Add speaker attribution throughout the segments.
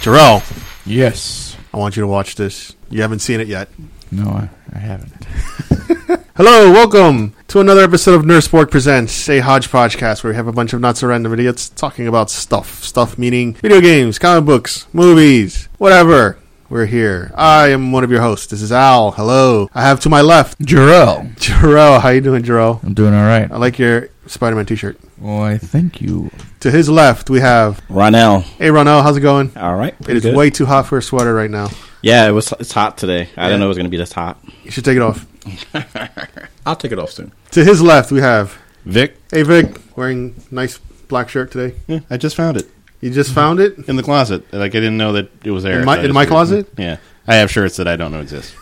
Speaker 1: Terrell,
Speaker 2: Yes.
Speaker 1: I want you to watch this. You haven't seen it yet.
Speaker 2: No, I, I haven't.
Speaker 1: Hello, welcome to another episode of Nurse Borg Presents, a hodgepodge cast where we have a bunch of not so random idiots talking about stuff. Stuff meaning video games, comic books, movies, whatever. We're here. I am one of your hosts. This is Al. Hello. I have to my left
Speaker 2: Jarrell.
Speaker 1: Jarrell. How you doing, Jarrell?
Speaker 2: I'm doing all right.
Speaker 1: I like your Spider-Man T-shirt.
Speaker 2: Why, thank you.
Speaker 1: To his left, we have
Speaker 3: Ronell.
Speaker 1: Hey Ronell. How's it going?
Speaker 3: All right.
Speaker 1: It is way too hot for a sweater right now.
Speaker 3: Yeah, it was. It's hot today. I
Speaker 1: Yeah.
Speaker 3: didn't know it was gonna be this hot.
Speaker 1: You should take it off.
Speaker 3: I'll take it off soon.
Speaker 1: To his left, we have
Speaker 4: Vic,
Speaker 1: Hey Vic, wearing nice black shirt today.
Speaker 4: yeah, I just found it
Speaker 1: You just found it.
Speaker 4: in the closet. Like I didn't know that it was there.
Speaker 1: In my-
Speaker 4: I just-
Speaker 1: in my closet?
Speaker 4: Yeah, I have shirts that I don't know exist.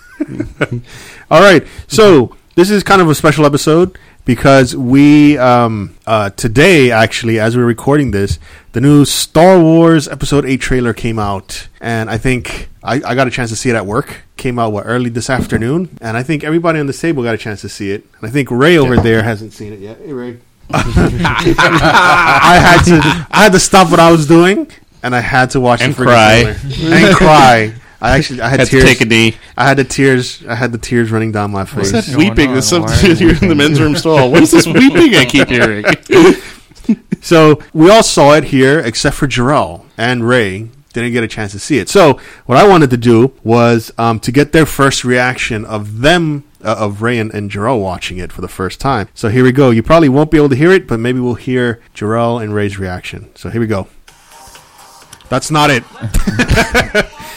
Speaker 1: All right, so this is kind of a special episode because we um, uh, today actually, as we're recording this, the new Star Wars Episode Eight trailer came out, and I think I, I got a chance to see it at work. Came out what early this afternoon, and I think everybody on this table got a chance to see it. And I think Ray over there hasn't seen it yet. Hey Ray, I had to I had to stop what I was doing, and I had to watch
Speaker 4: And
Speaker 1: the freaking
Speaker 4: cry.
Speaker 1: trailer. and cry. I actually I had,
Speaker 4: Had to
Speaker 1: tears.
Speaker 4: take a knee.
Speaker 1: I had the tears. I had the tears running down my face.
Speaker 2: that?
Speaker 4: weeping
Speaker 2: on?
Speaker 4: is
Speaker 2: Why are
Speaker 4: something here in the men's room stall. What is this weeping I keep hearing?
Speaker 1: So we all saw it here, except for Jarrell and Ray didn't get a chance to see it. So what I wanted to do was um, to get their first reaction of them. Uh, of Ray and, and Jarrell watching it for the first time. So here we go. You probably won't be able to hear it, but maybe we'll hear Jarrell and Ray's reaction. So here we go. That's not it.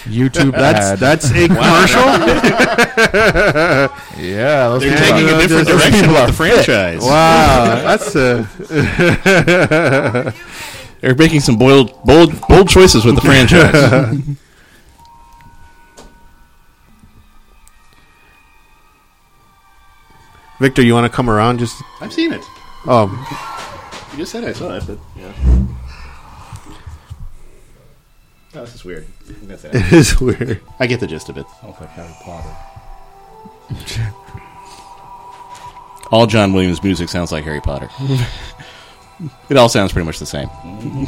Speaker 2: YouTube ad.
Speaker 1: That's that's a commercial.
Speaker 2: yeah, let's
Speaker 4: They're
Speaker 2: do
Speaker 4: taking
Speaker 2: it.
Speaker 4: a different
Speaker 1: Those
Speaker 4: direction with the franchise.
Speaker 1: wow, that's a
Speaker 4: They're making some bold, bold, bold choices with the franchise.
Speaker 1: Victor. You want to come around? Just
Speaker 4: I've seen it.
Speaker 1: um,
Speaker 4: You just said I saw it, but yeah. Oh, this is weird.
Speaker 1: it is weird.
Speaker 4: I get the gist of it. All John Williams music sounds like Harry Potter. it all sounds pretty much the same.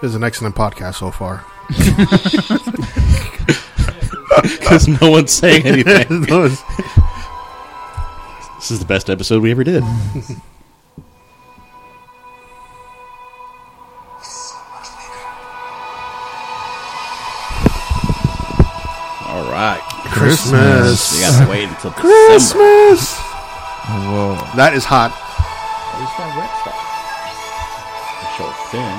Speaker 1: This is an excellent podcast so far.
Speaker 4: Because no one's saying anything.
Speaker 1: Those-
Speaker 4: this is the best episode we ever did.
Speaker 3: All right.
Speaker 1: Christmas.
Speaker 3: You gotta wait until December.
Speaker 1: Christmas.
Speaker 2: Whoa.
Speaker 1: That is hot.
Speaker 3: Where's my red stuff? I show thin.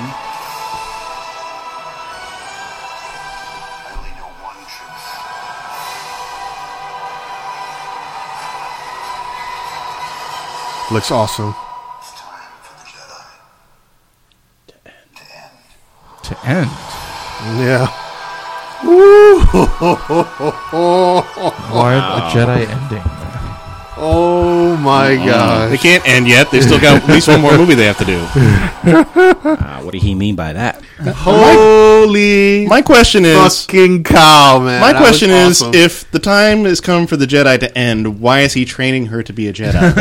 Speaker 1: Looks awesome.
Speaker 2: To end.
Speaker 1: Yeah.
Speaker 2: Why the Jedi ending?
Speaker 1: Oh my
Speaker 4: They
Speaker 1: gosh.
Speaker 4: can't end yet. They still got at least one more movie they have to do.
Speaker 3: Ah, what did he mean by that?
Speaker 1: Holy
Speaker 4: My question is.
Speaker 1: fucking cow, man.
Speaker 4: My
Speaker 1: That was
Speaker 4: question is,
Speaker 1: awesome.
Speaker 4: if the time has come for the Jedi to end, why is he training her to be a Jedi?
Speaker 5: I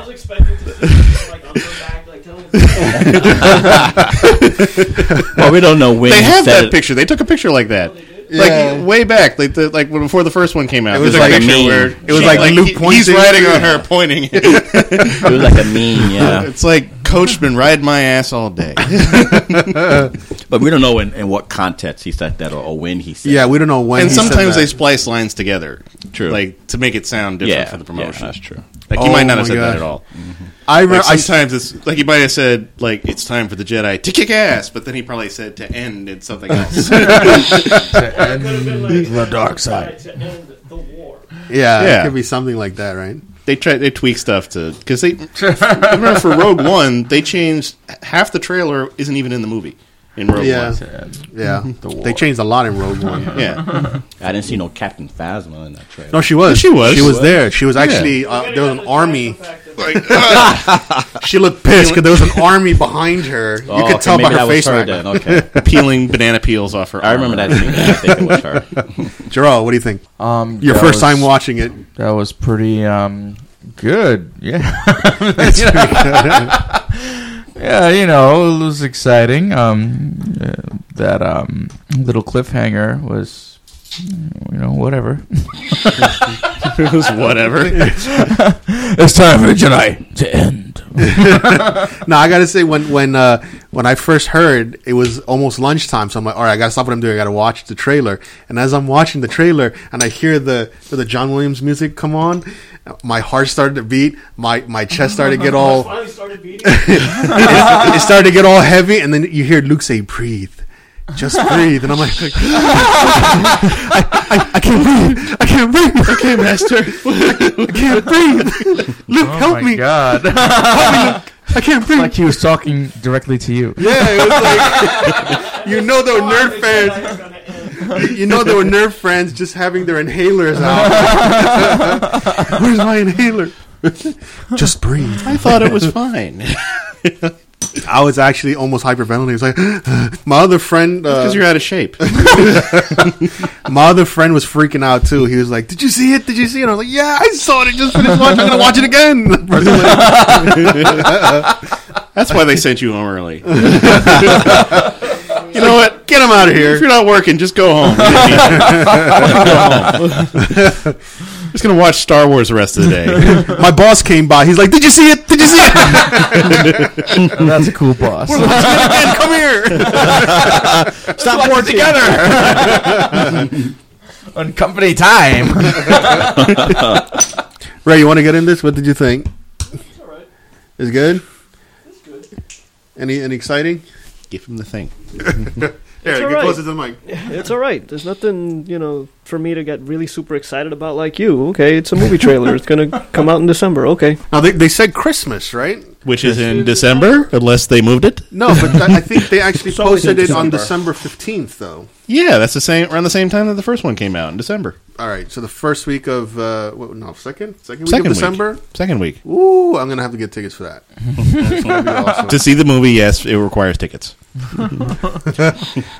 Speaker 5: was expecting to see like on the back, like telling
Speaker 3: Well, we don't know when
Speaker 4: they
Speaker 3: he
Speaker 4: have
Speaker 3: said
Speaker 4: that
Speaker 3: it.
Speaker 4: picture. They took a picture like that,
Speaker 1: Yeah.
Speaker 4: like way back, like the like when- before the first one came out. It
Speaker 1: was
Speaker 3: like a meme.
Speaker 1: It was like Luke
Speaker 4: He's
Speaker 1: pointing.
Speaker 4: riding on her, pointing.
Speaker 3: It was like a meme, yeah.
Speaker 4: it's like Coach been riding my ass all day.
Speaker 3: But we don't know in, in what context he said that or, or when he said.
Speaker 1: Yeah,
Speaker 3: it.
Speaker 1: we don't know when.
Speaker 4: and
Speaker 1: he said
Speaker 4: sometimes they
Speaker 1: that.
Speaker 4: splice lines together,
Speaker 3: True.
Speaker 4: like to make it sound different
Speaker 3: yeah,
Speaker 4: for the promotion.
Speaker 3: yeah, that's true.
Speaker 4: Like he
Speaker 1: Oh
Speaker 4: might not have
Speaker 1: my
Speaker 4: said
Speaker 1: God.
Speaker 4: that at all.
Speaker 1: I
Speaker 4: Like
Speaker 1: remember. I, s-
Speaker 4: sometimes it's like he might have said like it's time for the Jedi to kick ass, but then he probably said to end in something else.
Speaker 5: the dark side to end the war.
Speaker 1: Uh, yeah,
Speaker 4: Yeah.
Speaker 1: it could be something like that, right?
Speaker 4: they try they tweak stuff to because they remember for Rogue One they changed half the trailer isn't even in the movie. in Rogue
Speaker 1: Yeah.
Speaker 4: One.
Speaker 1: Yeah,
Speaker 3: The war.
Speaker 1: they changed a lot in Rogue One.
Speaker 4: Yeah,
Speaker 3: I didn't see no Captain Phasma in that trailer.
Speaker 1: No, she was.
Speaker 4: She was.
Speaker 1: She was there. She was actually.
Speaker 5: We're
Speaker 1: Uh,
Speaker 5: gonna
Speaker 1: there was an
Speaker 5: have to track
Speaker 1: army.
Speaker 5: the fact that-
Speaker 1: She looked pissed because there was an army behind her. You
Speaker 3: Oh,
Speaker 1: could
Speaker 3: okay,
Speaker 1: tell by
Speaker 3: maybe that
Speaker 1: her
Speaker 3: was
Speaker 1: face.
Speaker 3: her
Speaker 1: right
Speaker 3: then.
Speaker 1: now.
Speaker 3: Okay,
Speaker 4: peeling banana peels off her.
Speaker 3: I remember that scene. I think it was her.
Speaker 1: Gerald, what do you think?
Speaker 2: Um,
Speaker 1: Your
Speaker 2: that
Speaker 1: first
Speaker 2: was-
Speaker 1: time watching it.
Speaker 2: That was pretty um, good. Yeah. Yeah, you know, it was exciting. Um, uh, that um, little cliffhanger was, you know, whatever.
Speaker 4: It was whatever.
Speaker 2: it's time for the Jedi to end.
Speaker 1: No, I gotta say when when uh, when I first heard it was almost lunchtime, so I'm like, all right, I gotta stop what I'm doing. I gotta watch the trailer. And as I'm watching the trailer, and I hear the the John Williams music come on, my heart started to beat. My my chest started to get all
Speaker 5: Finally started beating.
Speaker 1: it, it started to get all heavy, and then you hear Luke say, "Breathe." Just breathe, and I'm like, I, I, I can't breathe, I can't breathe, I can't,
Speaker 4: Master.
Speaker 1: I can't breathe. Luke,
Speaker 2: Oh
Speaker 1: help
Speaker 2: my
Speaker 1: me,
Speaker 2: god!
Speaker 1: I can't breathe.
Speaker 2: like he was talking directly to you.
Speaker 1: Yeah, it was like you know there were nerd fans. You know there were nerd friends just having their inhalers out. Where's my inhaler? just breathe.
Speaker 4: I thought it was fine
Speaker 1: Uh, I was actually almost hyperventilating. It's like my other friend.
Speaker 4: because
Speaker 1: Uh,
Speaker 4: you're out of shape.
Speaker 1: my other friend was freaking out too. He was like, "Did you see it? Did you see it?" I was like, "Yeah, I saw it. I just finished watching. I'm gonna watch it again."
Speaker 4: That's why they sent you home early. If
Speaker 1: you know what? Get him out of here.
Speaker 4: you're not working, just go home. just gonna watch Star Wars the rest of the day.
Speaker 1: My boss came by. He's like, "Did you see it? Did you see it?"
Speaker 2: That's a cool boss.
Speaker 1: Man, come here. Stop working together.
Speaker 2: On company time.
Speaker 1: Ray, you want to get in this? What did you think?
Speaker 5: It's alright.
Speaker 1: Is it good?
Speaker 5: It's good.
Speaker 1: Any any exciting?
Speaker 4: Give him the thing.
Speaker 1: There,
Speaker 5: It's
Speaker 1: you
Speaker 5: all
Speaker 1: can
Speaker 5: right.
Speaker 1: close it to the mic.
Speaker 5: It's all right. There's nothing, you know, for me to get really super excited about like you. Okay, it's a movie trailer. it's going to come out in December. Okay.
Speaker 1: Now they, they said Christmas, right?
Speaker 4: Which is in December, unless they moved it.
Speaker 1: No, but th- I think they actually
Speaker 5: So it's in
Speaker 1: posted it on
Speaker 5: December.
Speaker 1: December fifteenth, though.
Speaker 4: Yeah, that's the same around the same time that the first one came out in December.
Speaker 1: All right, so the first week of uh, what, no second second week
Speaker 4: Second
Speaker 1: of
Speaker 4: week.
Speaker 1: December.
Speaker 4: Second week.
Speaker 1: Ooh, I'm gonna have to get tickets for that. That's gonna be awesome.
Speaker 4: To see the movie, yes, it requires tickets.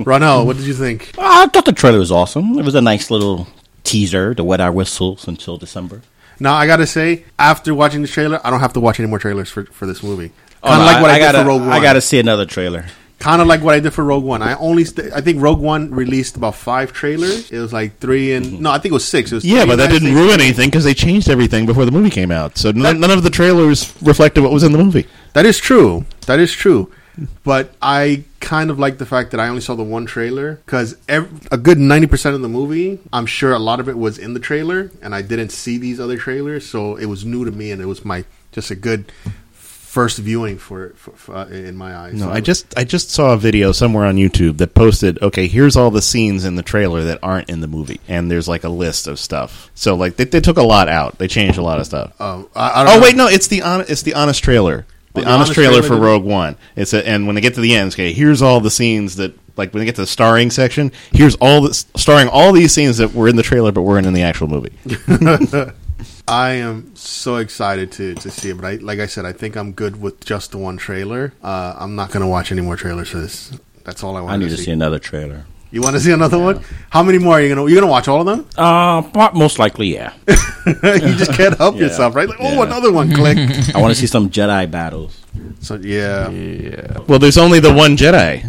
Speaker 1: Ronell, what did you think?
Speaker 3: I thought the trailer was awesome. It was a nice little teaser to wet our whistles until December.
Speaker 1: Now I gotta say, after watching the trailer, I don't have to watch any more trailers for, for this movie. Kind of
Speaker 3: Oh, no,
Speaker 1: like what I, did
Speaker 3: gotta,
Speaker 1: for Rogue One.
Speaker 3: I gotta see another trailer.
Speaker 1: kind of like what I did for Rogue One. I only, st- I think Rogue One released about five trailers. It was like three and no, I think it was six. It was
Speaker 4: Mm-hmm. Yeah,
Speaker 1: three
Speaker 4: but that
Speaker 1: United
Speaker 4: didn't
Speaker 1: States-
Speaker 4: ruin anything because they changed everything before the movie came out. So none, none of the trailers reflected what was in the movie.
Speaker 1: That is true. That is true. But I kind of like the fact that I only saw the one trailer because a good ninety percent of the movie, I'm sure a lot of it was in the trailer, and I didn't see these other trailers, so it was new to me, and it was my just a good first viewing for, for, for uh, in my eyes.
Speaker 4: No,
Speaker 1: So
Speaker 4: I just I just saw a video somewhere on YouTube that posted, okay, here's all the scenes in the trailer that aren't in the movie, and there's like a list of stuff. So like they, they took a lot out. They changed a lot of stuff.
Speaker 1: um, I, I don't
Speaker 4: oh
Speaker 1: know.
Speaker 4: wait, no, it's the hon- it's the honest trailer. The,
Speaker 1: Oh, the
Speaker 4: honest,
Speaker 1: honest
Speaker 4: trailer,
Speaker 1: trailer
Speaker 4: for
Speaker 1: did-
Speaker 4: Rogue One. It's a, and when they get to the end, it's, okay, here's all the scenes that like when they get to the starring section, here's all the starring all these scenes that were in the trailer but weren't in the actual movie.
Speaker 1: I am so excited to, to see it, but I, like I said, I think I'm good with just the one trailer. Uh, I'm not going to watch any more trailers for this. That's all I want
Speaker 3: I need to see another trailer.
Speaker 1: You want to see another one? How many more are you going to? You're going to watch all of them?
Speaker 3: Uh, but most likely, yeah.
Speaker 1: you just can't help
Speaker 3: Yeah.
Speaker 1: yourself, right? Like, oh,
Speaker 3: Yeah.
Speaker 1: another one, click.
Speaker 3: I want to see some Jedi battles.
Speaker 1: so yeah,
Speaker 2: yeah.
Speaker 4: Well, there's only the one Jedi.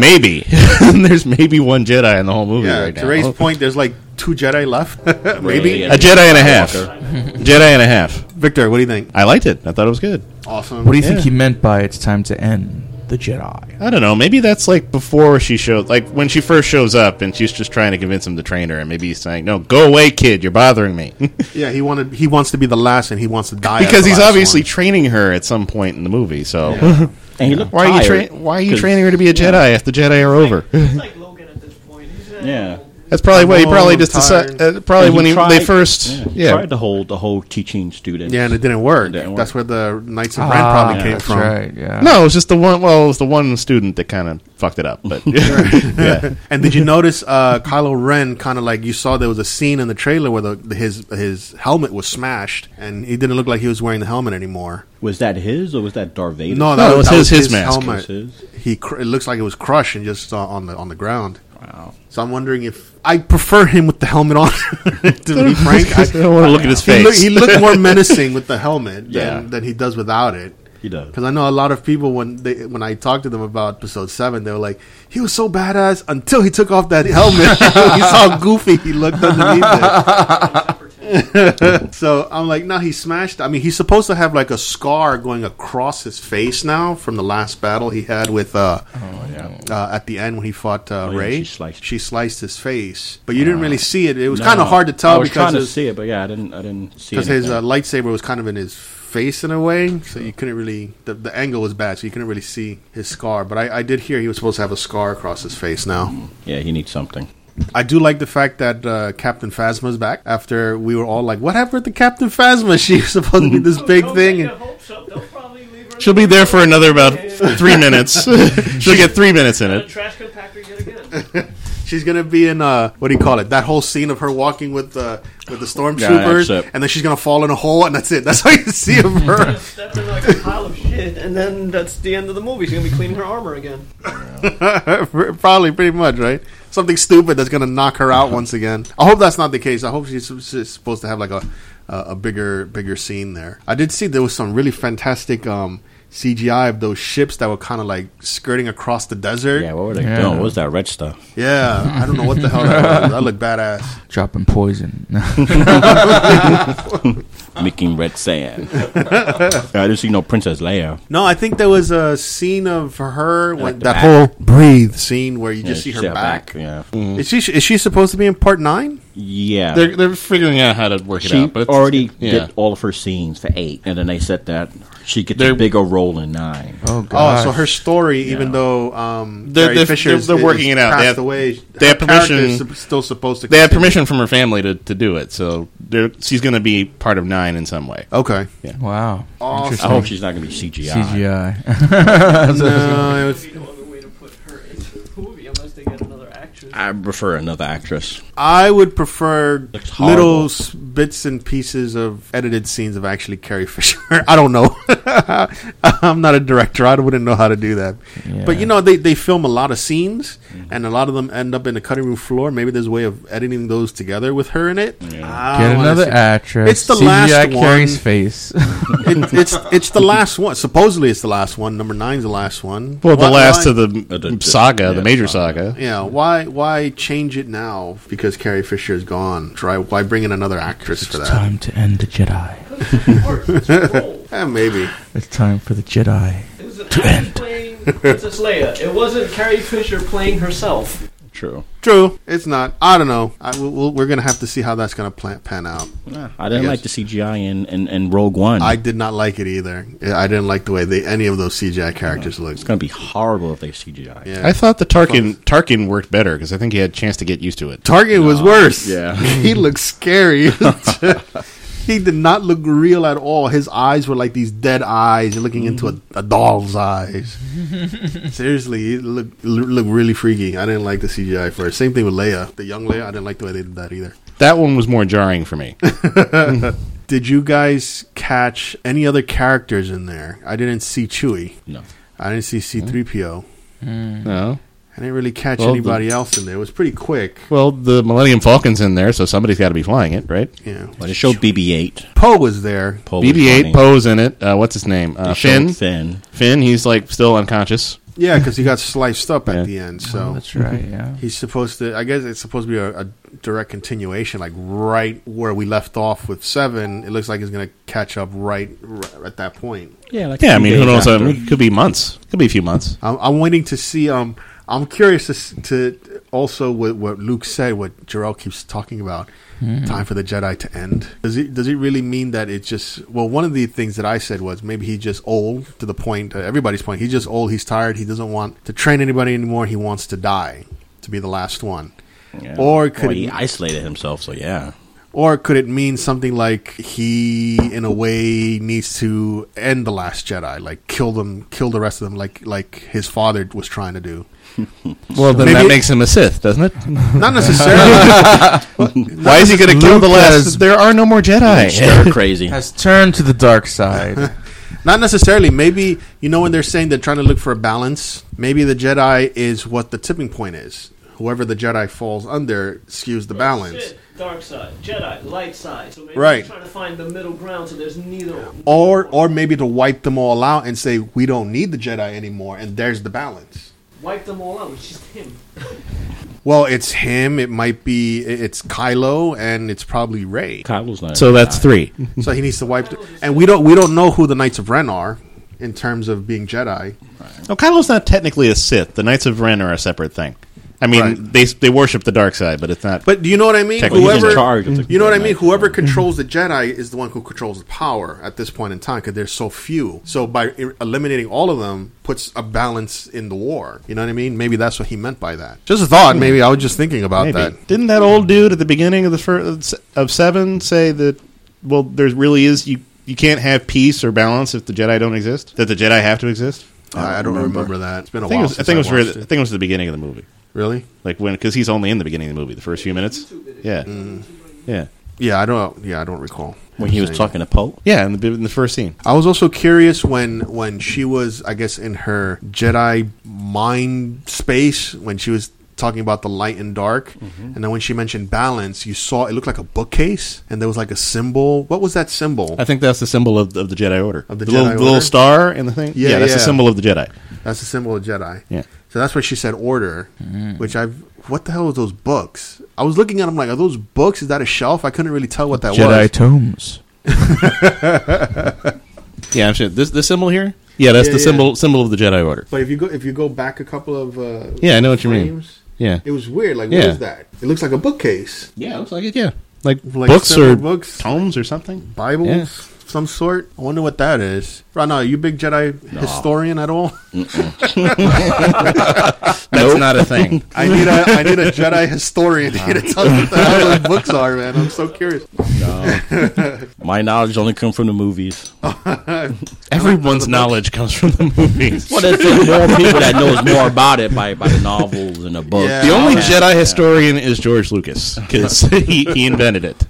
Speaker 4: maybe there's maybe one Jedi in the whole movie
Speaker 1: yeah.
Speaker 4: right
Speaker 1: to
Speaker 4: now.
Speaker 1: Ray's point, there's like two Jedi left, maybe.
Speaker 3: Really?
Speaker 4: a Jedi and a half. Jedi and a half.
Speaker 1: Victor, what do you think?
Speaker 4: I liked it. I thought it was good.
Speaker 1: Awesome.
Speaker 2: What do you think
Speaker 4: Yeah.
Speaker 2: he meant by "It's time to end the Jedi"?
Speaker 4: I don't know. Maybe that's like before she showed, like when she first shows up, and she's just trying to convince him to train her, and maybe he's saying, "No, go away, kid. You're bothering me,"
Speaker 1: yeah, he wanted. He wants to be the last, and he wants to die as
Speaker 4: because
Speaker 1: the
Speaker 4: he's
Speaker 1: last
Speaker 4: obviously
Speaker 1: one.
Speaker 4: training her at some point in the movie. So
Speaker 3: And he looked
Speaker 4: why are you
Speaker 3: tired,
Speaker 4: tra- why are you
Speaker 3: 'cause-
Speaker 4: training her to be a Jedi if the Jedi are over?
Speaker 5: It's like Logan at this point. He's an
Speaker 3: Yeah.
Speaker 5: animal.
Speaker 4: That's probably what he
Speaker 1: I'm
Speaker 4: probably
Speaker 1: old,
Speaker 4: just
Speaker 1: I'm
Speaker 4: decided.
Speaker 1: tired.
Speaker 4: Uh, probably
Speaker 3: And he
Speaker 4: when he,
Speaker 3: tried-
Speaker 4: they first, yeah,
Speaker 3: tried to hold the whole teaching students.
Speaker 1: Yeah, and it didn't work.
Speaker 3: It didn't work.
Speaker 1: That's where the Knights of Ren probably
Speaker 2: Ah,
Speaker 1: came
Speaker 2: that's
Speaker 1: from.
Speaker 2: Right, yeah.
Speaker 4: no, it was just the one. Well, it was the one student that kind of fucked it up. But yeah,
Speaker 1: And did you notice uh, Kylo Ren kind of like you saw there was a scene in the trailer where the, his his helmet was smashed and he didn't look like he was wearing the helmet anymore.
Speaker 3: Was that his or was that Darth Vader?
Speaker 1: No,
Speaker 4: No,
Speaker 1: that,
Speaker 4: it was
Speaker 1: that
Speaker 4: his- his mask.
Speaker 1: helmet.
Speaker 3: It was
Speaker 1: He cr- it looks like it was crushed and just uh, on the on the ground.
Speaker 3: Wow.
Speaker 1: So I'm wondering if I prefer him with the helmet on. to be frank, I,
Speaker 4: I don't want to look at his
Speaker 1: he, look,
Speaker 4: face.
Speaker 1: he looked more menacing with the helmet
Speaker 3: Yeah.
Speaker 1: than, than he does without it.
Speaker 3: He does.
Speaker 1: Because I know a lot of people when they when I talked to them about episode seven, they were like, "He was so badass until he took off that helmet. he saw how goofy he looked underneath it." so I'm like, "No, he smashed." I mean, he's supposed to have like a scar going across his face now from the last battle he had with uh, uh, at the end when he fought uh,
Speaker 3: Oh, yeah,
Speaker 1: Ray.
Speaker 3: she sliced. Uh,
Speaker 1: sliced his face, but you didn't really see it. It was
Speaker 3: No.
Speaker 1: kind of hard to tell
Speaker 3: I was
Speaker 1: because
Speaker 3: trying to
Speaker 1: his-
Speaker 3: see it, but yeah, I didn't. I didn't see
Speaker 1: because his uh,
Speaker 3: anything.
Speaker 1: lightsaber was kind of in his face in a way, so you couldn't really the, the angle was bad, so you couldn't really see his scar. But I, I did hear he was supposed to have a scar across his face. Now
Speaker 3: yeah, he needs something.
Speaker 1: I do like the fact that uh, Captain Phasma's back. After we were all like, "What happened to Captain Phasma? She was supposed to be this big
Speaker 5: Oh,
Speaker 1: thing." And,
Speaker 4: She'll be there for another about three minutes. She'll get three minutes in
Speaker 5: A
Speaker 4: it.
Speaker 5: trash compactor yet again.
Speaker 1: She's gonna be in uh, what do you call it? That whole scene of her walking with the with the stormtroopers,
Speaker 3: that's it.
Speaker 1: and then she's gonna fall in a hole, and that's it. That's all you see of her.
Speaker 5: Step in like a pile of shit, and then that's the end of the movie. She's gonna be cleaning her armor again.
Speaker 1: Probably pretty much, right? Something stupid that's gonna knock her
Speaker 3: Uh-huh.
Speaker 1: out once again. I hope that's not the case. I hope she's, she's supposed to have like a a a bigger bigger scene there. I did see there was some really fantastic um, CGI of those ships that were kind of like skirting across the desert.
Speaker 3: Yeah,
Speaker 1: Yeah,
Speaker 3: what were they
Speaker 2: Yeah.
Speaker 3: doing? What was that red stuff?
Speaker 1: I don't know what the hell that was. That looked badass.
Speaker 2: Dropping poison.
Speaker 1: Oh,
Speaker 3: Making red sand. I didn't see no Princess Leia.
Speaker 1: No, I think there was a scene of her when
Speaker 3: Like the
Speaker 1: that
Speaker 3: back.
Speaker 1: whole breathe scene where you
Speaker 3: Yeah,
Speaker 1: just see her
Speaker 3: she's out
Speaker 1: back.
Speaker 3: Yeah,
Speaker 1: Is she is she supposed to be in part nine?
Speaker 3: yeah.
Speaker 4: They're, they're figuring out how to work
Speaker 3: she
Speaker 4: it out. But it's-
Speaker 3: already
Speaker 4: yeah.
Speaker 3: did all of her scenes for eight, and then they said that she gets
Speaker 4: They're-
Speaker 3: a bigger role in nine.
Speaker 2: oh
Speaker 1: Oh,
Speaker 2: god.
Speaker 1: so her story, even though um,
Speaker 4: They're-
Speaker 1: Carrie
Speaker 4: they're-
Speaker 1: Fisher
Speaker 4: they're-
Speaker 1: is-
Speaker 4: they're working
Speaker 1: is
Speaker 4: it out. They
Speaker 1: passed
Speaker 4: have-
Speaker 1: away,
Speaker 4: they
Speaker 1: her
Speaker 4: have
Speaker 1: character is
Speaker 4: permission-
Speaker 1: sup- still supposed to.
Speaker 4: They have
Speaker 1: continue.
Speaker 4: permission from her family to, to do it, so they're, she's going to be part of nine in some way.
Speaker 1: Okay.
Speaker 2: Wow.
Speaker 1: Awesome.
Speaker 3: I hope she's not going to be CGI.
Speaker 2: CGI.
Speaker 1: No, it was-
Speaker 5: Be no other way to put her into the movie unless they get another actress.
Speaker 3: I prefer another actress.
Speaker 1: I would prefer
Speaker 3: Looks horrible.
Speaker 1: little s- bits and pieces of edited scenes of actually Carrie Fisher. I don't know. I'm not a director. I wouldn't know how to do that. But
Speaker 2: Yeah.
Speaker 1: you know, they, they film a lot of scenes, and a lot of them end up in the cutting room floor. Maybe there's a way of editing those together with her in it. I
Speaker 2: Get
Speaker 1: don't wanna
Speaker 2: another
Speaker 1: see-
Speaker 2: actress.
Speaker 1: It's the
Speaker 2: CGI
Speaker 1: last
Speaker 2: Carrie's
Speaker 1: one.
Speaker 2: face.
Speaker 1: it, it's it's the last one. Supposedly, it's the last one. Number nine's the last one.
Speaker 4: Well, the
Speaker 1: Why-
Speaker 4: last
Speaker 1: why-
Speaker 4: of the,
Speaker 3: Uh, the- the-
Speaker 4: saga,
Speaker 3: yeah,
Speaker 4: the major
Speaker 3: saga.
Speaker 4: saga.
Speaker 1: Yeah, why why change it now? Because Carrie Fisher is gone. Try why bring in another actress for that?
Speaker 2: time to end the Jedi.
Speaker 1: Eh, maybe.
Speaker 2: It's time for the Jedi.
Speaker 5: It was an actress playing Princess Leia. It wasn't Carrie Fisher playing herself.
Speaker 3: True.
Speaker 1: True, it's not. I don't know. I, we'll, we'll- we're gonna have to see how that's gonna plan, pan out.
Speaker 3: I didn't
Speaker 1: I
Speaker 3: like the
Speaker 1: guess.
Speaker 3: CGI in, in, in Rogue One.
Speaker 1: I did not like it either. I didn't like the way they, any of those CGI characters
Speaker 3: it's
Speaker 1: looked.
Speaker 3: going to be horrible if they CGI.
Speaker 1: Yeah.
Speaker 4: I thought the Tarkin Tarkin worked better because I think he had a chance to get used to it.
Speaker 1: Target was worse.
Speaker 3: yeah.
Speaker 1: he looked scary. he did not look real at all. His eyes were like these dead eyes, looking into a, a doll's eyes. Seriously, it looked looked really freaky. I didn't like the CGI for it. Same thing with Leia, the young Leia. I didn't like the way they did that either.
Speaker 4: That one was more jarring for me.
Speaker 1: Did you guys catch any other characters in there? I didn't see Chewie.
Speaker 3: No.
Speaker 1: I didn't see C3PO.
Speaker 4: no.
Speaker 1: I didn't really catch
Speaker 4: Well, the-
Speaker 1: anybody else in there. It was pretty quick.
Speaker 4: Well, the Millennium Falcon's in there, so somebody's got to be flying it, right?
Speaker 1: Yeah.
Speaker 3: But it showed BB-8.
Speaker 1: Poe was there.
Speaker 3: Poe was
Speaker 4: BB-8
Speaker 3: funny.
Speaker 4: Poe's in it. Uh, what's his name? Uh,
Speaker 3: It showed
Speaker 4: Finn.
Speaker 3: Finn.
Speaker 4: Finn. He's like still unconscious.
Speaker 1: Yeah, because he got sliced up at
Speaker 4: Yeah.
Speaker 1: the end. So
Speaker 2: Oh, That's right, yeah.
Speaker 1: He's supposed to. I guess it's supposed to be a, a direct continuation, like right where we left off with seven. It looks like it's going to catch up right, right at that point.
Speaker 3: Yeah, like
Speaker 4: Yeah, I
Speaker 3: two
Speaker 4: mean, who
Speaker 3: days
Speaker 4: knows? I
Speaker 3: after.
Speaker 4: mean, it could be months. Could be a few months.
Speaker 1: I'm, I'm waiting to see. Um, I'm curious to, s- to also what, what Luke said, what Jarrell keeps talking about.
Speaker 3: Hmm.
Speaker 1: Time for the Jedi to end. Does it does it really mean that it's just? Well, one of the things that I said was maybe he's just old to the point. Uh, everybody's point. He's just old. He's tired. He doesn't want to train anybody anymore. He wants to die to be the last one.
Speaker 3: Yeah.
Speaker 1: Or could
Speaker 3: Well, he
Speaker 1: it-
Speaker 3: isolated himself? So yeah,
Speaker 1: Or could it mean something like he, in a way, needs to end the Last Jedi, like kill them, kill the rest of them, like like his father was trying to do?
Speaker 4: Well, then
Speaker 1: Maybe
Speaker 4: that
Speaker 1: it-
Speaker 4: makes him a Sith, doesn't it?
Speaker 1: Not necessarily.
Speaker 4: Why is he going to kill the last?
Speaker 2: has-
Speaker 4: there are no more Jedi.
Speaker 3: stir crazy.
Speaker 2: Has turned to the dark side.
Speaker 1: not necessarily. Maybe you know when they're saying they're trying to look for a balance. Maybe the Jedi is what the tipping point is. Whoever the Jedi falls under skews the balance.
Speaker 5: Sith, dark side, Jedi, light side. So maybe
Speaker 1: Right.
Speaker 5: he's trying to find the middle ground so there's neither.
Speaker 1: Or or maybe to wipe them all out and say we don't need the Jedi anymore, and there's the balance.
Speaker 5: Wipe them all out, which is him.
Speaker 1: Well, it's him. It might be it's Kylo, and it's probably Ray.
Speaker 3: Kylo's not.
Speaker 4: so that's three.
Speaker 1: So he needs to wipe. The, and we don't we don't know who the Knights of Ren are in terms of being Jedi.
Speaker 4: No, Kylo's not technically a Sith. The Knights of Ren are a separate thing. I mean,
Speaker 1: Right.
Speaker 4: they they worship the dark side, but it's not.
Speaker 1: But do you know what I mean? Mm-hmm.
Speaker 4: Technically, he's in
Speaker 3: charge of the
Speaker 1: you know what I mean.
Speaker 4: Mm-hmm.
Speaker 3: Knights of
Speaker 1: Whoever
Speaker 3: Ren.
Speaker 1: controls the Jedi is the one who controls the power at this point in time because there's so few. So by er- eliminating all of them puts a balance in the war. You know what I mean? Maybe that's what he meant by that. Just a thought. Maybe I was just thinking about
Speaker 4: Maybe.
Speaker 1: that.
Speaker 4: Didn't that old dude at the beginning of the first of seven say that? Well, there really is you. You can't have peace or balance if the Jedi don't exist. That the Jedi have to exist.
Speaker 1: I, I don't remember. that. It's been a
Speaker 4: I think
Speaker 1: while.
Speaker 4: it was. I
Speaker 1: since
Speaker 4: think it was.
Speaker 1: watched
Speaker 4: really- I think it was the beginning of the movie.
Speaker 1: Really?
Speaker 4: Like when, because he's only in the beginning of the movie, the first few minutes. Yeah, yeah,
Speaker 1: Yeah, I don't. Yeah, I don't recall
Speaker 3: when he was
Speaker 1: Saying-
Speaker 3: talking to Pope.
Speaker 4: yeah. In the, in the first scene,
Speaker 1: I was also curious when when she was, I guess, in her Jedi mind space when she was talking about the light and dark,
Speaker 4: Mm-hmm.
Speaker 1: and then when she mentioned balance, you saw it looked like a bookcase, and there was like a symbol. What was that symbol?
Speaker 4: I think that's the symbol of, of the Jedi Order.
Speaker 1: Of the
Speaker 4: little,
Speaker 1: Jedi
Speaker 4: little
Speaker 1: Order?
Speaker 4: star and the thing.
Speaker 1: Yeah,
Speaker 4: that's the
Speaker 1: yeah.
Speaker 4: symbol of the Jedi.
Speaker 1: That's the symbol of Jedi.
Speaker 4: Yeah. Mm-hmm.
Speaker 1: So that's why she said order, which I've. What the hell are those books? I was looking at them like, are those books? Is that a shelf? I couldn't really tell what that
Speaker 2: Jedi
Speaker 1: was.
Speaker 2: tomes.
Speaker 4: Yeah, I'm sure. This the symbol here. Yeah, that's
Speaker 1: Yeah,
Speaker 4: the
Speaker 1: yeah.
Speaker 4: symbol symbol of the Jedi Order.
Speaker 1: But if you go if you go back a couple of uh,
Speaker 4: Yeah, I know what you mean.
Speaker 1: frames,
Speaker 4: Yeah,
Speaker 1: It was weird. Like,
Speaker 4: Yeah.
Speaker 1: what is that? It looks like a bookcase,
Speaker 4: yeah, looks like it. Yeah, like,
Speaker 1: like
Speaker 4: books
Speaker 1: several
Speaker 4: or
Speaker 1: books.
Speaker 4: tomes or something.
Speaker 1: Bibles,
Speaker 4: Yeah.
Speaker 1: some sort. I wonder what that is. Right now, you big Jedi historian at all?
Speaker 4: That's not a thing.
Speaker 1: I need a I need a Jedi historian here to tell me what the hell those books are, man. I'm so curious.
Speaker 3: My knowledge only comes from the movies.
Speaker 4: Everyone's knowledge comes from the movies.
Speaker 3: Well, there's just more people that knows more about it by, by the novels and the books.
Speaker 1: Yeah.
Speaker 4: The only
Speaker 3: Yeah.
Speaker 4: Jedi historian is George Lucas because he, he invented it.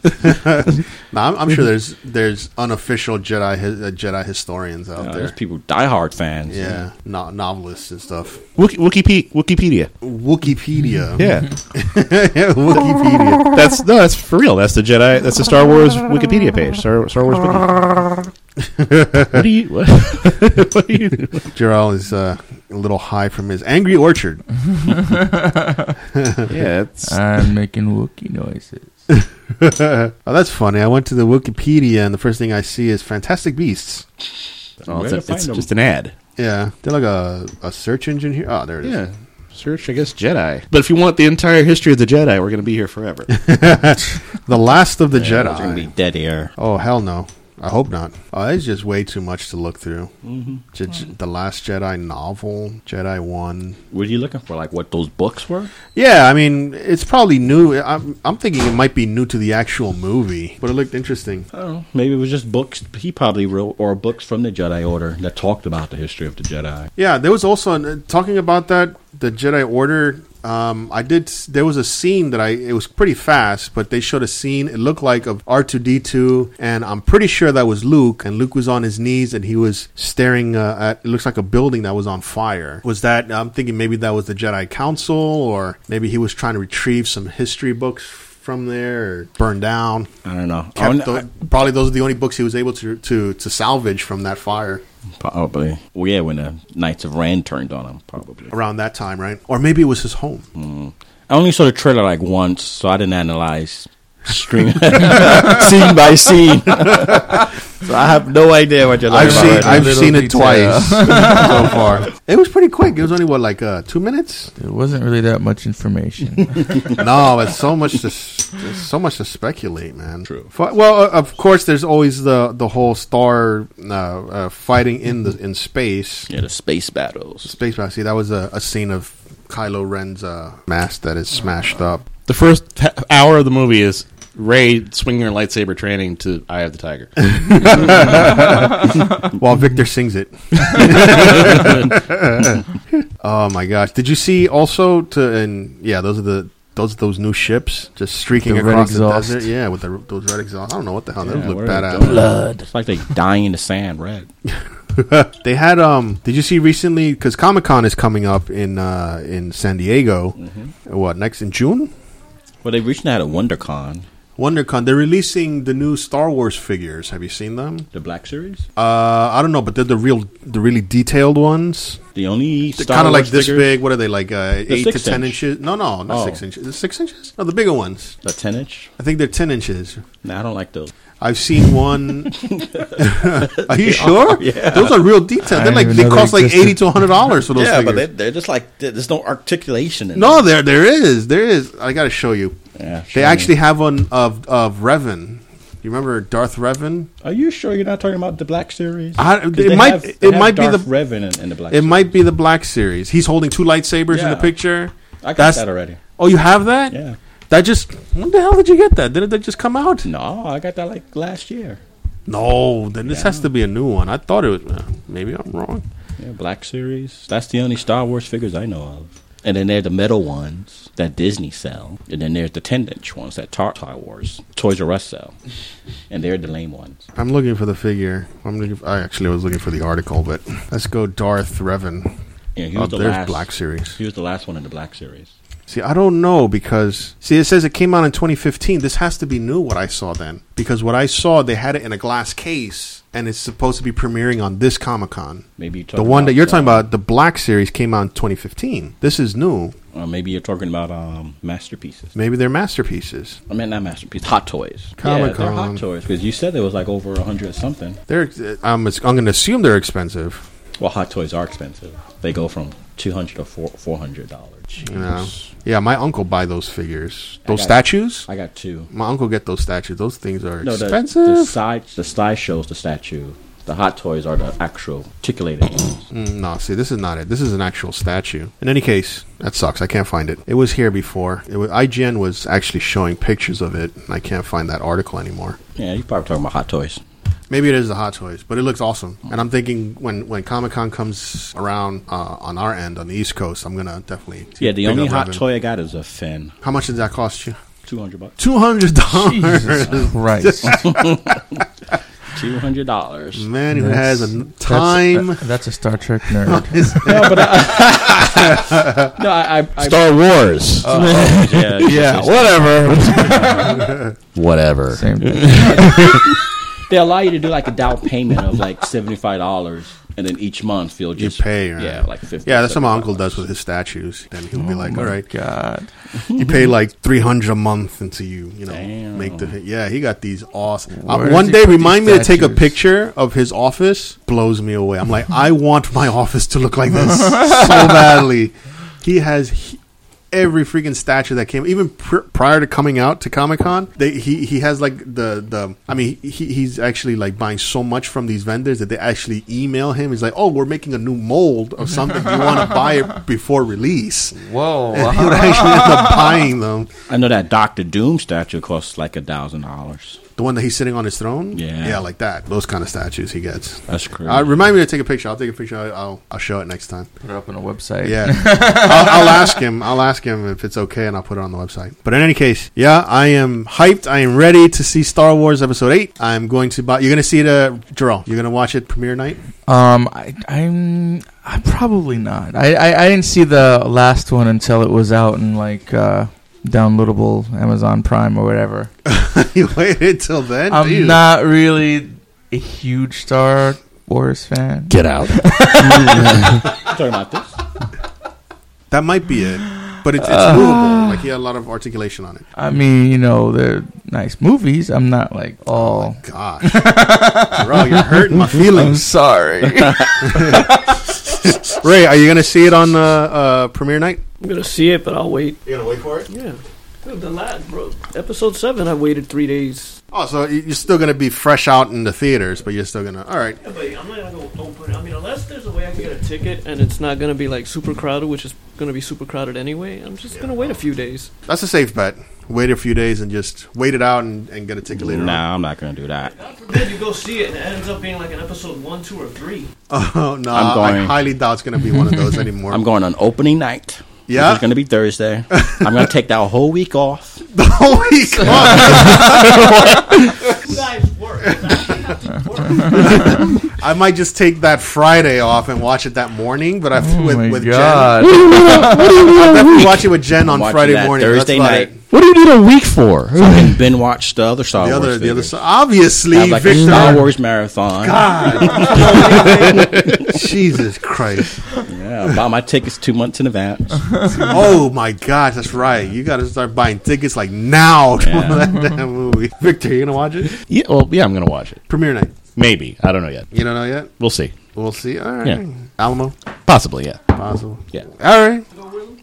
Speaker 1: No, I'm, I'm sure there's there's unofficial Jedi hi- uh, Jedi historians out
Speaker 3: Uh, there's
Speaker 1: there.
Speaker 3: people diehard fans.
Speaker 1: Yeah, no, novelists and stuff.
Speaker 4: Wiki, Wiki, Wikipedia.
Speaker 1: Wikipedia.
Speaker 4: Yeah,
Speaker 1: Mm-hmm. Wikipedia.
Speaker 4: that's no, that's for real. That's the Jedi. That's the Star Wars Wikipedia page. Star, Star Wars. Wikipedia. what do you? What, what do you? do?
Speaker 1: Jarrell is uh, a little high from his Angry Orchard.
Speaker 4: Yeah, it's
Speaker 2: I'm making Wookiee noises.
Speaker 1: oh, that's funny. I went to the Wikipedia and the first thing I see is Fantastic Beasts.
Speaker 4: well,
Speaker 3: Where to
Speaker 4: it's,
Speaker 3: find
Speaker 4: it's
Speaker 3: them?
Speaker 4: just an ad.
Speaker 1: Yeah, they're like a, a search engine here. Oh, there it is.
Speaker 4: Yeah. Search, I guess, Jedi. But if you want the entire history of the Jedi, we're going to be here forever.
Speaker 1: The Last of the
Speaker 3: Jedi. It's gonna be
Speaker 1: Jedi.
Speaker 3: dead air.
Speaker 1: Oh hell no! I hope not. Oh, it's just way too much to look through. J- j- the Last Jedi novel, Jedi One.
Speaker 3: What are you looking for? Like what those books were?
Speaker 1: Yeah, I mean it's probably new. I'm I'm thinking it might be new to the actual movie, but it looked interesting.
Speaker 3: I don't know. Maybe it was just books he probably wrote, or books from the Jedi Order that talked about the history of the Jedi.
Speaker 1: Yeah, there was also an, talking about that the Jedi Order. Um, I did. s- There was a scene that I. It was pretty fast, but they showed a scene. It looked like of R two D two, and I'm pretty sure that was Luke. And Luke was on his knees, and he was staring uh, at. It looks like a building that was on fire. Was that? I'm thinking maybe that was the Jedi Council, or maybe he was trying to retrieve some history books from there, or burn down.
Speaker 3: I don't know. Oh, I
Speaker 1: Kept
Speaker 3: don't-
Speaker 1: tho- probably those are the only books he was able to to to salvage from that fire.
Speaker 3: Probably. Well, yeah, when the Knights of Ren turned on him, probably.
Speaker 1: Around that time, right? Or maybe it was his home.
Speaker 3: I only saw the trailer like once, so I didn't analyze stream scene by scene. so I have no idea what you're
Speaker 1: I've
Speaker 3: talking
Speaker 1: seen
Speaker 3: about. right
Speaker 1: I've
Speaker 3: now.
Speaker 1: seen it
Speaker 2: detail.
Speaker 1: twice so far. It was pretty quick. It was only what like uh, two minutes.
Speaker 2: There wasn't really that much information.
Speaker 1: No, it's so much to s- there's so much to speculate, man.
Speaker 3: True.
Speaker 1: Fi- well, uh, of course, there's always the the whole star uh, uh, fighting in the in space.
Speaker 3: yeah, the space battles.
Speaker 1: Space battle. See, that was a, a scene of Kylo Ren's uh, mask that is smashed up.
Speaker 4: The first h- hour of the movie is Ray swinging her lightsaber training to Eye of the Tiger.
Speaker 1: while
Speaker 3: Mm-hmm.
Speaker 1: Victor sings it. oh my gosh! Did you see also to and yeah, those are the those those new ships just streaking
Speaker 2: The red
Speaker 1: across the
Speaker 2: exhaust.
Speaker 1: desert. Yeah, with the, those red exhaust. I don't know what the hell
Speaker 3: Yeah,
Speaker 1: those look
Speaker 3: where are they
Speaker 1: badass.
Speaker 3: going? It's like they dying in the sand red.
Speaker 1: They had um. Did you see recently? Because Comic Con is coming up in uh in San Diego.
Speaker 3: Mm-hmm.
Speaker 1: What next in June?
Speaker 3: Well, they recently had a WonderCon,
Speaker 1: WonderCon. They're releasing the new Star Wars figures. Have you seen them?
Speaker 3: the Black Series.
Speaker 1: Uh, I don't know, but they're the real, the really detailed ones.
Speaker 3: The only
Speaker 1: They're
Speaker 3: Star
Speaker 1: kind of
Speaker 3: Wars
Speaker 1: like this
Speaker 3: figures-
Speaker 1: big. What are they like? Uh, eight to
Speaker 3: six
Speaker 1: ten
Speaker 3: inch.
Speaker 1: inches? No, no, not
Speaker 3: Oh.
Speaker 1: six inches. Is it six inches? No, the bigger ones.
Speaker 3: the ten inch.
Speaker 1: I think they're ten inches.
Speaker 3: No, I don't like those.
Speaker 1: I've seen one. are you sure?
Speaker 3: yeah.
Speaker 1: Those are real detailed.
Speaker 2: I
Speaker 1: They're
Speaker 2: didn't
Speaker 1: like
Speaker 2: even
Speaker 1: they
Speaker 2: know they
Speaker 1: cost like
Speaker 2: existed.
Speaker 1: eighty to hundred dollars for those.
Speaker 3: yeah,
Speaker 1: figures.
Speaker 3: but they, they're just like there- there's no articulation. In
Speaker 1: no, there there is there is. I got to show you.
Speaker 3: them. Yeah,
Speaker 1: They
Speaker 3: sure.
Speaker 1: actually have one of of Revan. You remember Darth Revan?
Speaker 3: Are you sure you're not talking about the Black Series?
Speaker 1: I-
Speaker 3: 'Cause
Speaker 1: it
Speaker 3: they
Speaker 1: might-
Speaker 3: have- they
Speaker 1: it
Speaker 3: have
Speaker 1: might be
Speaker 3: Darth
Speaker 1: the-
Speaker 3: Revan in, in the Black.
Speaker 1: It might be the Black Series. He's holding two lightsabers in
Speaker 3: Yeah.
Speaker 1: the picture.
Speaker 3: Series. I got
Speaker 1: that's-
Speaker 3: that already.
Speaker 1: Oh, you have that?
Speaker 3: Yeah.
Speaker 1: That just when the hell did you get that? Didn't that just come out?
Speaker 3: No, I got that like last year.
Speaker 1: No, then this
Speaker 3: Yeah.
Speaker 1: has to be a new one. I thought it was. uh, Maybe I'm wrong.
Speaker 3: Yeah, Black Series. That's the only Star Wars figures I know of. And then there's the metal ones that Disney sell. And then there's the 10 inch ones that Tar Star Wars, Toys R Us sell. And they're the lame ones.
Speaker 1: I'm looking for the figure. I'm looking. For, I actually was looking for the article, but let's go Darth Revan.
Speaker 3: Yeah, he
Speaker 1: Oh,
Speaker 3: was the
Speaker 1: there's
Speaker 3: last,
Speaker 1: Black Series.
Speaker 3: He was the last one in the Black Series.
Speaker 1: See, I don't know because see, it says it came out in 2015. This has to be new. What I saw then, because what I saw, they had it in a glass case, and it's supposed to be premiering on this Comic Con.
Speaker 3: Maybe you're
Speaker 1: The
Speaker 3: talking
Speaker 1: one that
Speaker 3: about,
Speaker 1: you're talking
Speaker 3: uh,
Speaker 1: about, the Black Series, came out in 2015. This is new.
Speaker 3: Or Uh, maybe you're talking about um, masterpieces.
Speaker 1: Maybe they're masterpieces.
Speaker 3: I mean, not masterpieces, Hot Toys. Yeah, they're
Speaker 1: Comic-Con.
Speaker 3: Hot Toys because you said there was like over a hundred something.
Speaker 1: They're. I'm. I'm going to assume they're expensive.
Speaker 3: Well, Hot Toys are expensive. They go from two hundred to four hundred dollars.
Speaker 1: You know? Yeah, my uncle buy those figures.
Speaker 3: I
Speaker 1: Those
Speaker 3: got-
Speaker 1: statues?
Speaker 3: I got two.
Speaker 1: My uncle get those statues. Those things are
Speaker 3: No, the,
Speaker 1: expensive.
Speaker 3: the side the side shows the statue. The Hot Toys are the actual articulated ones.
Speaker 1: Mm, no, see, this is not it. This is an actual statue. In any case, that sucks. I can't find it. It was here before. It was, IGN was actually showing pictures of it, and I can't find that article anymore.
Speaker 3: Yeah, you're probably talking about Hot Toys.
Speaker 1: Maybe it is the Hot Toys, but it looks awesome. And I'm thinking when, when Comic Con comes around uh, on our end, on the East Coast, I'm going to definitely.
Speaker 3: Yeah, the
Speaker 1: pick
Speaker 3: only
Speaker 1: up
Speaker 3: Hot
Speaker 1: Revan.
Speaker 3: Toy I got is a Finn.
Speaker 1: How much did that cost you?
Speaker 3: Two hundred bucks.
Speaker 1: $200.
Speaker 2: Jesus Christ.
Speaker 3: Two hundred dollars.
Speaker 1: Man who
Speaker 2: That's-
Speaker 1: has a n- time.
Speaker 2: That's, uh, that's a Star Trek nerd.
Speaker 3: No, I. I, I
Speaker 4: Star Wars.
Speaker 3: yeah,
Speaker 4: yeah, whatever. whatever.
Speaker 2: Same thing.
Speaker 3: They allow you to do like a down payment of like seventy five dollars, and then each month you'll
Speaker 1: you
Speaker 3: just
Speaker 1: pay, right?
Speaker 3: Yeah, like fifty. Oh,
Speaker 1: Yeah, that's what my uncle
Speaker 3: $75.
Speaker 1: does with his statues. Then he'll be like, "All right,
Speaker 2: God.
Speaker 1: you pay like three hundred a month until you, you know,
Speaker 3: Damn.
Speaker 1: make the." Yeah, he got these awesome. Uh,
Speaker 2: Where does
Speaker 1: one
Speaker 2: he
Speaker 1: day,
Speaker 2: put these
Speaker 1: remind me to take a
Speaker 2: statues?
Speaker 1: picture of his office. Blows me away. I'm like, I want my office to look like this so badly. He has. He, Every freaking statue that came, even pr- prior to coming out to Comic Con, they he he has like the the. I mean, he, he's actually like buying so much from these vendors that they actually email him. He's like, "Oh, we're making a new mold of something. Do you want to buy it before release?"
Speaker 2: Whoa.
Speaker 1: he would actually end up buying them.
Speaker 3: I know that Doctor Doom statue costs like a thousand dollars.
Speaker 1: The one that he's sitting on his throne?
Speaker 3: Yeah.
Speaker 1: Yeah, like that. Those kind of statues he gets.
Speaker 3: That's crazy.
Speaker 1: Uh, remind me to take a picture. I'll take a picture. I'll, I'll, I'll show it next time.
Speaker 2: Put it up on a website.
Speaker 1: Yeah. I'll, I'll ask him. I'll ask him if it's okay and I'll put it on the website. But in any case, yeah, I am hyped. I am ready to see Star Wars Episode 8. I'm going to buy. You're going to see it, uh, Jarrell. You're going to watch it premiere night?
Speaker 2: Um, I, I'm, I'm probably not. I, I, I didn't see the last one until it was out in like uh, downloadable Amazon Prime or whatever.
Speaker 1: you waited till then?
Speaker 2: I'm
Speaker 1: Dude.
Speaker 2: not really a huge Star Wars fan.
Speaker 4: Get out.
Speaker 3: You talking about this?
Speaker 1: That might be it. But it's, it's movable. Like, he had a lot of articulation on it.
Speaker 2: I mean, you know, they're nice movies. I'm not like all.
Speaker 1: Gosh. Jarrell, you're hurting my feelings.
Speaker 2: I'm sorry.
Speaker 1: Ray, are you going to see it on uh, uh, premiere night?
Speaker 5: I'm gonna see it, but I'll wait.
Speaker 1: You going to wait for it?
Speaker 5: Yeah. Dude, the last, bro. Episode seven. I waited three days.
Speaker 1: Oh, so y- you're still going to be fresh out in the theaters, but you're still going to. All right.
Speaker 5: Yeah, but I'm not gonna go don't put it. I mean, unless there's a way I can get a ticket and it's not gonna be like super crowded, which is gonna be super crowded anyway. I'm just gonna wait a few days.
Speaker 1: That's a safe bet. Wait a few days and just wait it out and, and get a ticket later. on.
Speaker 3: Nah, I'm not gonna do that.
Speaker 5: God forbid you go see it and it ends up being like an episode one, two, or three.
Speaker 1: Oh no,
Speaker 3: I'm
Speaker 1: I
Speaker 3: going.
Speaker 1: highly doubt it's going to be one of those anymore.
Speaker 3: I'm going on opening night.
Speaker 1: Yeah?
Speaker 3: it's gonna be Thursday. I'm gonna take that whole week off.
Speaker 1: Holy crap.
Speaker 5: You guys work.
Speaker 1: I might just take that Friday off and watch it that morning, but I
Speaker 2: Oh
Speaker 1: with,
Speaker 2: my
Speaker 1: with
Speaker 2: god!
Speaker 1: Jen. I'll definitely watch it with Jen on
Speaker 3: Watching
Speaker 1: Friday
Speaker 3: that
Speaker 1: morning.
Speaker 3: Thursday
Speaker 1: That's about it.
Speaker 3: night.
Speaker 4: What do you need a week for?
Speaker 3: And then watch the other Star
Speaker 1: The
Speaker 3: Wars.
Speaker 1: other, the other,
Speaker 3: figures.
Speaker 1: si- obviously,
Speaker 3: Have like a
Speaker 1: Victor.
Speaker 3: Star Wars marathon.
Speaker 1: Jesus Christ!
Speaker 3: Yeah, I bought my tickets two months in advance.
Speaker 1: Oh my gosh, that's right. You got to start buying tickets like now to
Speaker 3: Yeah.
Speaker 1: that damn movie. Victor, you gonna watch it?
Speaker 4: Yeah, well, yeah, I'm gonna watch it.
Speaker 1: Premiere night.
Speaker 4: Maybe I don't know yet.
Speaker 1: You don't know yet.
Speaker 4: We'll see.
Speaker 1: We'll see. All right.
Speaker 4: Yeah.
Speaker 1: Alamo,
Speaker 4: Possibly, yeah.
Speaker 1: possible.
Speaker 3: Yeah.
Speaker 1: All right.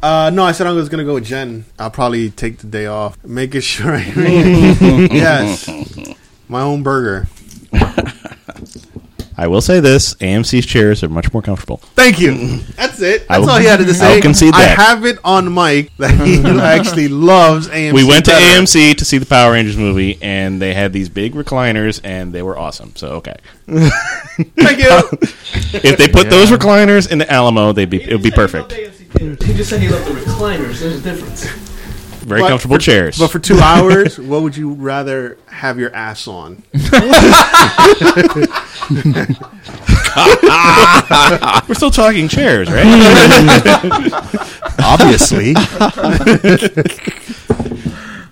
Speaker 1: Uh, no, I said I was gonna go with Jen. I'll probably take the day off, making sure. I yes, my own burger.
Speaker 4: I will say this: AMC's chairs are much more comfortable.
Speaker 1: Thank you. That's it.
Speaker 4: I
Speaker 1: That's
Speaker 4: will-
Speaker 1: all he had to say.
Speaker 4: I will concede
Speaker 1: I
Speaker 4: that.
Speaker 1: have it on mic that he actually loves AMC.
Speaker 4: we went to
Speaker 1: better.
Speaker 4: AMC to see the Power Rangers movie, and they had these big recliners, and they were awesome. So okay,
Speaker 1: Thank you.
Speaker 4: if they put those recliners in the Alamo, they'd be it would be perfect.
Speaker 5: He just said he loved the recliners. There's a difference.
Speaker 4: Very
Speaker 1: But
Speaker 4: comfortable chairs.
Speaker 1: but for two hours, what would you rather have your ass on?
Speaker 4: we're still talking chairs, right?
Speaker 1: Obviously.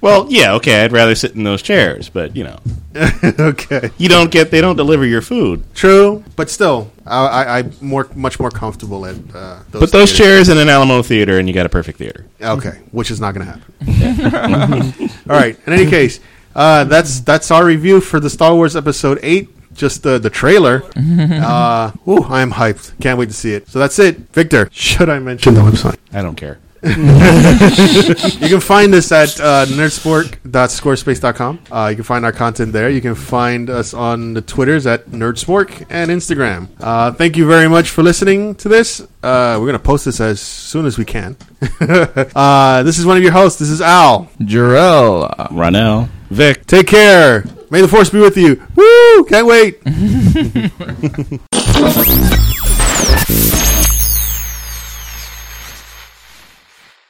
Speaker 4: well, yeah, okay. I'd rather sit in those chairs, but you know,
Speaker 1: okay.
Speaker 4: you don't get they don't deliver your food.
Speaker 1: True, but still, I, I, I'm more much more comfortable at uh, those.
Speaker 4: Put those
Speaker 1: theaters.
Speaker 4: chairs in an Alamo theater, and you got a perfect theater.
Speaker 1: Okay, which is not going to happen. All right. In any case, uh, that's that's our review for the Star Wars Episode Eight. Just the the trailer. Uh, ooh, I am hyped. Can't wait to see it. So that's it, Victor. Should I mention the website?
Speaker 4: I don't care.
Speaker 1: You can find us at uh, nerdsport.squarespace.com. Uh, you can find our content there. You can find us on the Twitters at nerdsport and Instagram. Uh, thank you very much for listening to this. Uh, we're going to post this as soon as we can. uh, this is one of your hosts. This is Al.
Speaker 2: Jarell.
Speaker 3: Ronell.
Speaker 4: Vic,
Speaker 1: Take care. May the force be with you. Woo! Can't wait.